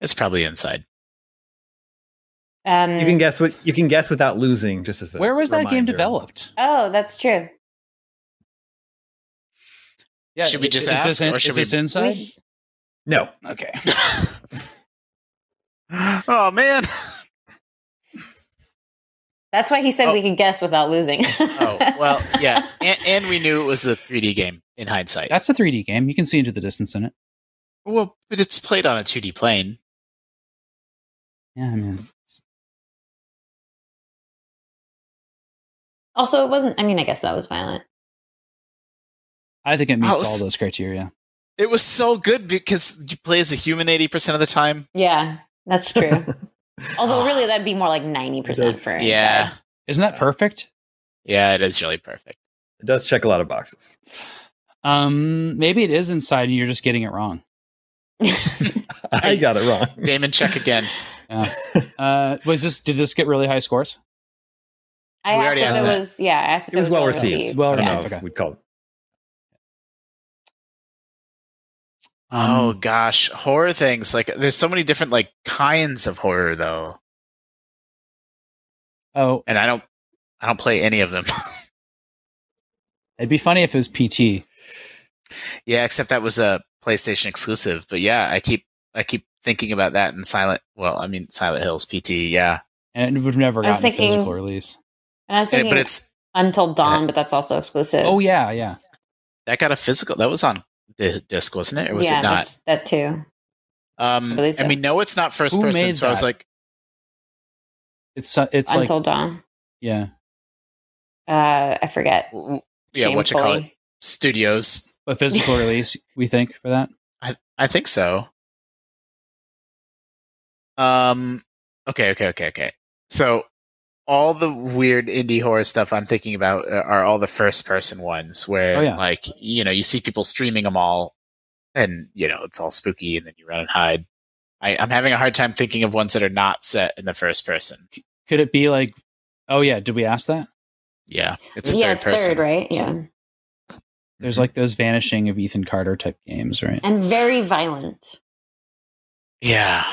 It's probably inside. um, You Hmm. can guess what you can guess without losing. Just as a where was that game reminder. developed? oh, that's true. Yeah. Should we just is ask, This in- or should is we- this inside? We- No, okay. oh man. that's why he said Oh. we could guess without losing. Oh well, yeah, and, and we knew it was a 3D game in hindsight. That's a 3D game. You can see into the distance in it. well, but it's played on a 2D plane. Yeah, I mean, Also, it wasn't. I mean, I guess that was violent. I think it meets Oh, s- all those criteria. It was so good because you play as a human 80% of the time. Yeah, that's true. Although, Ah. really, that'd be more like ninety It percent does- for inside. Yeah. Isn't that perfect? Yeah, it is really perfect. it does check a lot of boxes. Um, maybe it is inside, and you're just getting it wrong. I got it wrong. Damon, check again. Uh, was this? Did this get really high scores? I We asked already if asked it that. was. Yeah, I asked if It was well received. Well I don't know received, if okay. we called it. Oh Um, gosh, horror things. Like there's so many different like kinds of horror though. Oh, And I don't I don't play any of them. it'd be funny if it was PT. yeah, except that was a PlayStation exclusive. But yeah, I keep I keep thinking about that in Silent well, I mean Silent Hills PT, yeah. And we've never I was gotten a thinking- physical release. And I was And thinking, it- but it's Until Dawn, but that's also exclusive. Oh yeah, yeah. that got a physical that was on the disc, wasn't it? Or was yeah, it not? that's- that too. I Um believe so. and we know it's not first Who person, made so I was that? like, It's uh, it's Until like Dawn. yeah, Uh, I forget. w- w- yeah, what you call it? Shamefully. Studios. a physical release. We think for that. I I think so. Um okay, okay, okay, okay. So all the weird indie horror stuff I'm thinking about uh, are are all the first person ones where Oh, yeah. like, you know, you see people streaming them all and you know, it's all spooky and then you run and hide. I, I'm having a hard time thinking of ones that are not set in the first person. Could it be like? Oh yeah, did we ask that? Yeah. It's a yeah, third it's person. third, right? Yeah, There's like those vanishing of Ethan Carter type games, right? and very violent. Yeah.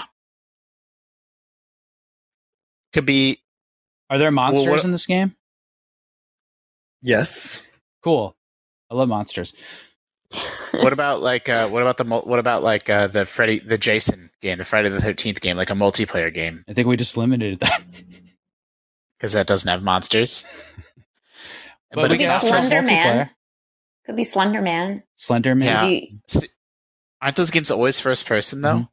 Could be Are there monsters what- in this game? Yes. Cool. I love monsters. what about like uh, what about the mul- what about like uh, the Freddy the Jason game, the Friday the Thirteenth game, like a multiplayer game I think we just limited that. because that doesn't have monsters. But Could it's be not for Slender Man. multiplayer. Could be Slender Man. Slender Man. Yeah. Is he- aren't those games always first person though? Mhm.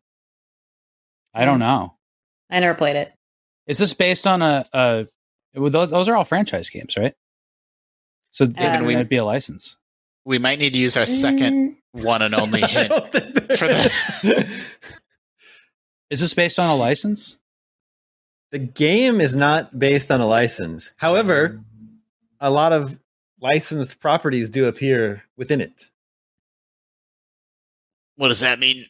I don't know. I never played it. Is this based on a? a well, those, those are all franchise games, right? So Even we- that'd be a license. We might need to use our second Mm, one and only I hint. don't think that- for Is this based on a license? the game is not based on a license. However, a lot of licensed properties do appear within it. what does that mean?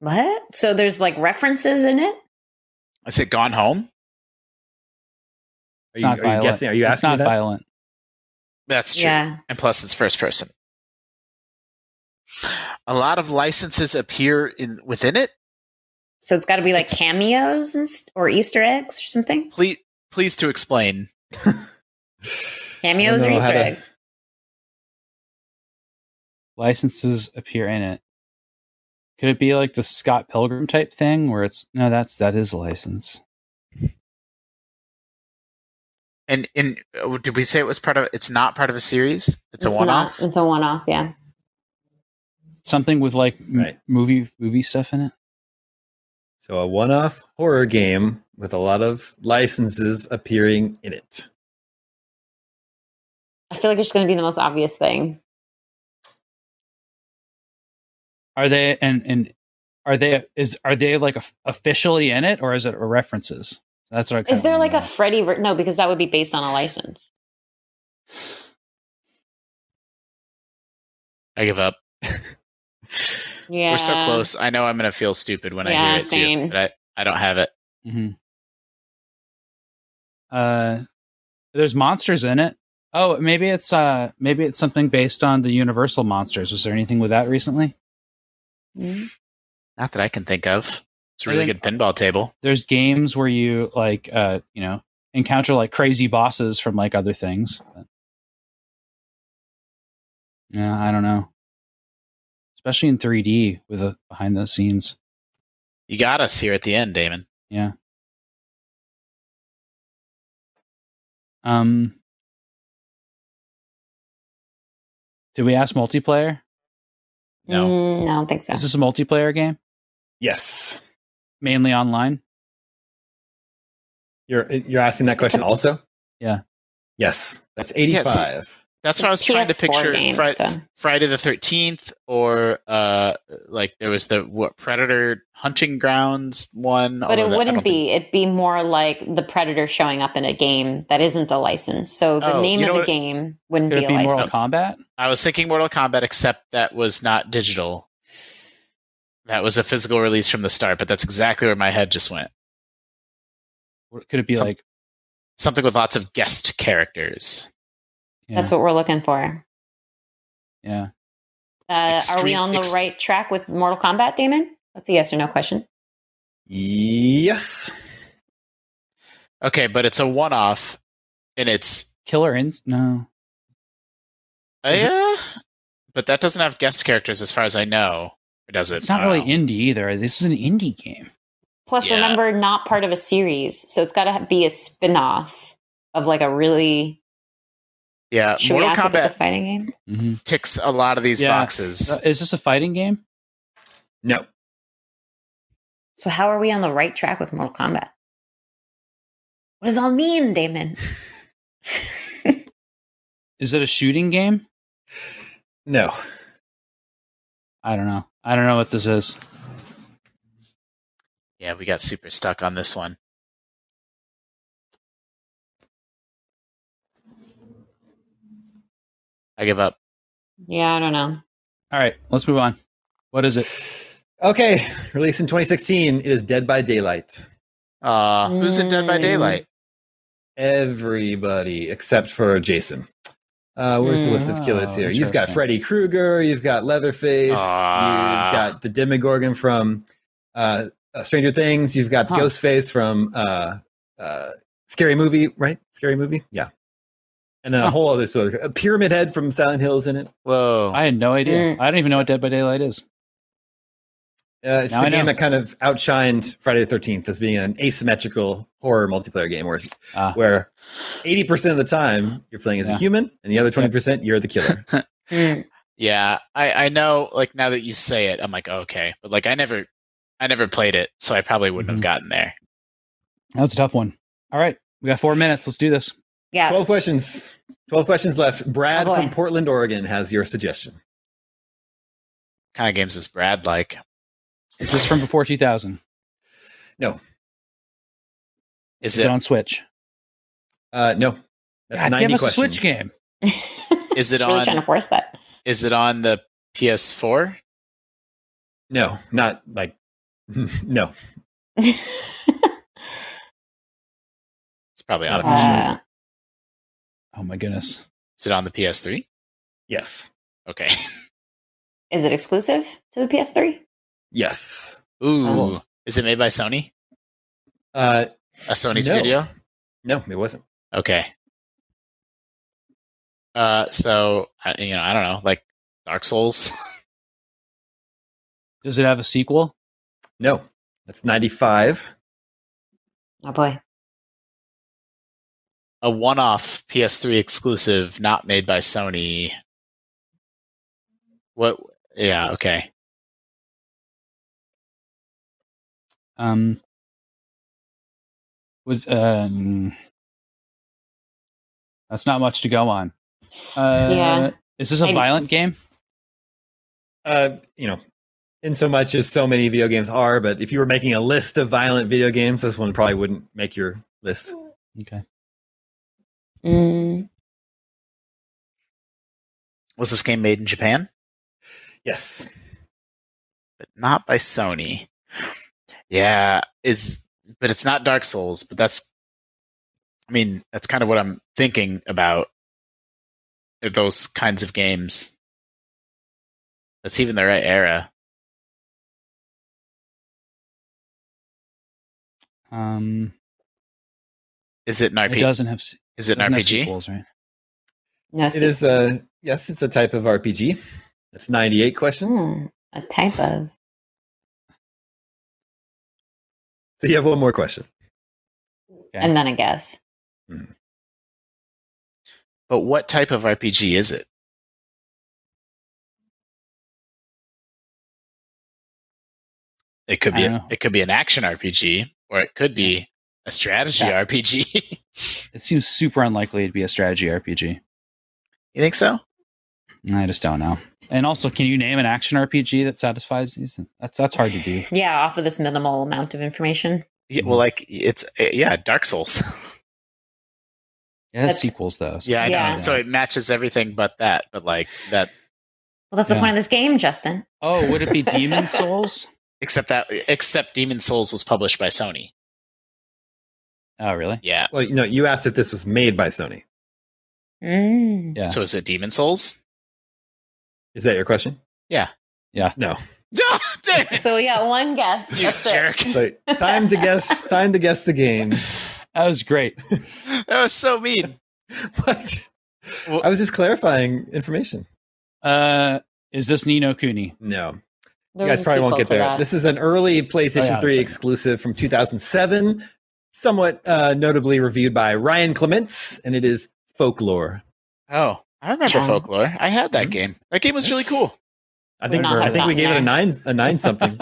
what? So there's like references in it. Is it Gone Home? It's you- not are you violent. guessing- are you it's asking me not that? violent. That's true. Yeah. And plus, it's first person. A lot of licenses appear in within it. So it's got to be like cameos and st- or Easter eggs or something. Please, please to explain. Cameos know or how Easter to- eggs. licenses appear in it. Could it be like the Scott Pilgrim type thing where it's no, that's that is a license. And and uh, did we say it was part of? It's not part of a series. It's, a not- one-off. It's a one off. Yeah. Something with like m- Right. movie movie stuff in it. So a one-off horror game with a lot of licenses appearing in it. I feel like it's going to be the most obvious thing. Are they and and are they is are they like of- officially in it or is it references? That's what I Is kinda there wanna like a know. Freddy? Ver- no, because that would be based on a license. I give up. Yeah. We're so close. I know I'm gonna feel stupid when I Yeah, hear it too, same. but I, I don't have it. Mhm. Uh, there's monsters in it. Oh, maybe it's uh maybe it's something based on the Universal monsters. Was there anything with that recently? Mm-hmm. Not that I can think of. It's a I really think- good pinball table. There's games where you like uh you know encounter like crazy bosses from like other things. But- yeah, I don't know. Especially in 3D with a behind those scenes. You got us here at the end, Damon. Yeah. Um. Did we ask multiplayer? No. Mm, no, I don't think so. Is this a multiplayer game? Yes. Mainly online? You're you're asking that question also? Yeah. Yes. That's Yes. 85. That's what I was trying to PS4 picture. game, Fri- so. Friday the Thirteenth, or uh, like there was the what Predator Hunting Grounds one. But although it that- I wouldn't don't think- be. It'd be more like the Predator showing up in a game that isn't a license. So the Oh, name you of know the what- game wouldn't Could be a it be Mortal license. Kombat? I was thinking Mortal Kombat, except that was not digital. That was a physical release from the start, but that's exactly where my head just went. Or Could it be Some- like Something with lots of guest characters. yeah, That's what we're looking for. yeah. Uh, are we Extreme- on the ex- right track with Mortal Kombat, Damon? That's a yes or no question. Yes. Okay, but it's a one-off, and it's Killer Instinct? No. Is it- yeah, eh, but that doesn't have guest characters as far as I know. Or does it? It's not I don't really know. indie either. This is an indie game. Plus, Yeah. remember, not part of a series. So it's got to be a spin off of like a really. Yeah, Should we Uh, Mortal ask if it's a Kombat fighting game? Mm-hmm. ticks a lot of these Yeah. boxes. Uh, is this a fighting game? No. So how are we on the right track with Mortal Kombat? What does all mean, Damon? Is it a shooting game? No. I don't know. I don't know what this is. Yeah, we got super stuck on this one. I give up. yeah, I don't know. All right, let's move on. What is it? Okay, released in 2016, it is Dead by Daylight. Uh, Who's in Dead by Mm. Daylight? Everybody except for Jason. Uh, where's the list of killers Oh, here? You've got interesting. Freddy Krueger, you've got Leatherface, Ah. you've got the Demogorgon from uh, uh, Stranger Things, you've got Huh. Ghostface from uh, uh, Scary Movie, right? Scary Movie? Yeah. And then a Huh. whole other sort of a Pyramid Head from Silent Hills in it. Whoa. I had no idea. I don't even know what Dead by Daylight is. Uh, it's Now I the game know. that kind of outshined Friday the 13th as being an asymmetrical horror multiplayer game where, Ah. where 80% of the time you're playing as Yeah. a human and the other 20% you're the killer. Hmm. yeah, I, I know. Like now that you say it, I'm like oh, okay, but like I never, I never played it, so I probably wouldn't have Mhm. gotten there. That was a tough one. All right, we got four minutes. Let's do this. Yeah. 12 questions. 12 questions left. Brad Oh, boy. from Portland, Oregon has your suggestion. What kind of games is Brad like? Is this from before 2000? Is Is it it on Switch? Uh, no. That's God, 90 give us a questions. Switch game. Is Just it really on- trying to force that? is it on the PS4? No, not like, no. It's probably on. Not the- official. Uh, Oh my goodness. is it on the PS3? Yes. Okay. is it exclusive to the PS3? Yes. Ooh, Oh. Is it made by Sony? Uh, A Sony No. studio? no, it wasn't. Okay. Uh, so I- you know, I don't know, like Dark Souls. Does it have a sequel? No, that's 95. Oh boy. a one-off PS3 exclusive not made by Sony. What? Yeah. Okay. Um, was um, that's not much to go on. Uh, Yeah. Is this a I- violent game? Uh, you know, in so much as so many video games are, but if you were making a list of violent video games, this one probably wouldn't make your list. Okay. Mm, Was this game made in Japan? Yes. But not by Sony. Yeah. Is but it's not Dark Souls. But that's. I mean, that's kind of what I'm thinking about. are Those kinds of games. That's even the right era. Um, Is it an it RPG? doesn't have. s- Is it an doesn't have RPG? sequels, right? no, It is a yes, it's a type of RPG. That's 98 questions. Mm, a type of. So you have one more question. Okay. And then a guess. But what type of RPG is it? It could be I don't know. it could be an action RPG or it could be a strategy Yeah. RPG. It seems super unlikely it'd be a strategy RPG. you think so? I just don't know. And also, can you name an action RPG that satisfies these? That's that's hard to do. Yeah, off of this minimal amount of information. Yeah, well like it's uh, yeah, Dark Souls. It has That's- sequels though. so yeah, I it's know. Yeah. kinda- So it matches everything but that, but like that Well, that's Yeah. the point of this game, Justin. oh, would it be Demon Souls? except that except Demon Souls was published by Sony. Oh, really? Yeah. Well, you know, you asked if this was made by Sony. Mm. Yeah. So is it Demon Souls? Is that your question? Yeah. Yeah. No. Damn it. So we got one guess. You That's jerk. it. But time to guess. Time to guess the game. That was great. That was so mean. What? Well- I was just clarifying information. Uh, is this Nino Cooney? No, There you was guys a probably won't sequel get to there. that. This is an early PlayStation Oh, yeah, that's 3 right. exclusive from 2007, somewhat uh, notably reviewed by Ryan Clements, and it is Folklore. Oh, I remember Chum. folklore. I had that game. That game was really cool. I think Not I think we gotten gave it a there. nine a nine something.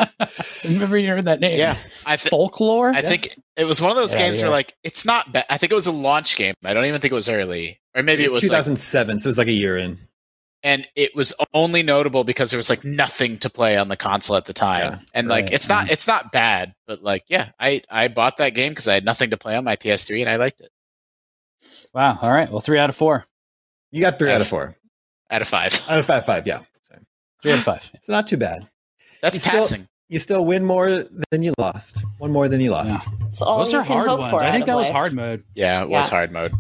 Remember you heard that name? Yeah, I, th- Folklore. I think it was one of those Get outta games where here. like it's not bad. I think it was a launch game. I don't even think it was early, or maybe it was, like, 2007, so it was like a year in. and it was only notable because there was like nothing to play on the console at the time. Yeah, and like right. it's not it's not bad, but like yeah, I I bought that game because I had nothing to play on my PS3 and I liked it. Wow. All right. Well, three out of four. You got three out of four. Out of five, Out of five, five, yeah. So Three out of five. It's not too bad. that's You still- passing. You still win more than you lost. One more than you lost. It's all Those you are can hard hope ones. for I out think of that was life. hard mode. Yeah, it was Yeah. hard mode.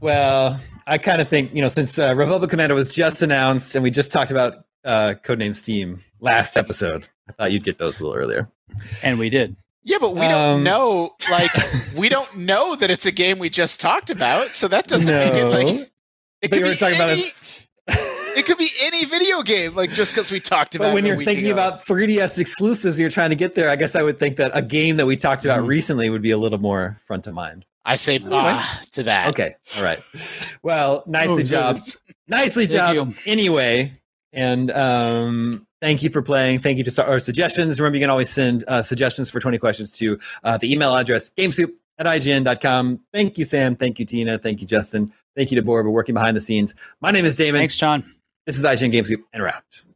Well, I kind of think you know since uh, Republic Commander was just announced, and we just talked about uh, Codename Steam last episode. I thought you'd get those a little earlier. And we did. Yeah, but we Um, don't know. Like, we don't know that it's a game we just talked about, so that doesn't make it like It But could you were be talking about any, it- it could be any video game, like just because we talked about. But when it a you're week thinking ago. about 3DS exclusives, you're trying to get there. I guess I would think that a game that we talked about Mhm. recently would be a little more front of mind. I say bah to that. Okay, all right. Well, nicely job, nicely Oh, job. Thank you. Anyway, and um, thank you for playing. Thank you to our suggestions. Remember, you can always send uh, suggestions for 20 questions to uh, the email address gamesoup at ign.com. Thank you, Sam. Thank you, Tina. Thank you, Justin. Thank you to Bora for working behind the scenes. My name is Damon. Thanks, John. This is IGN Gamescoop, and we're out.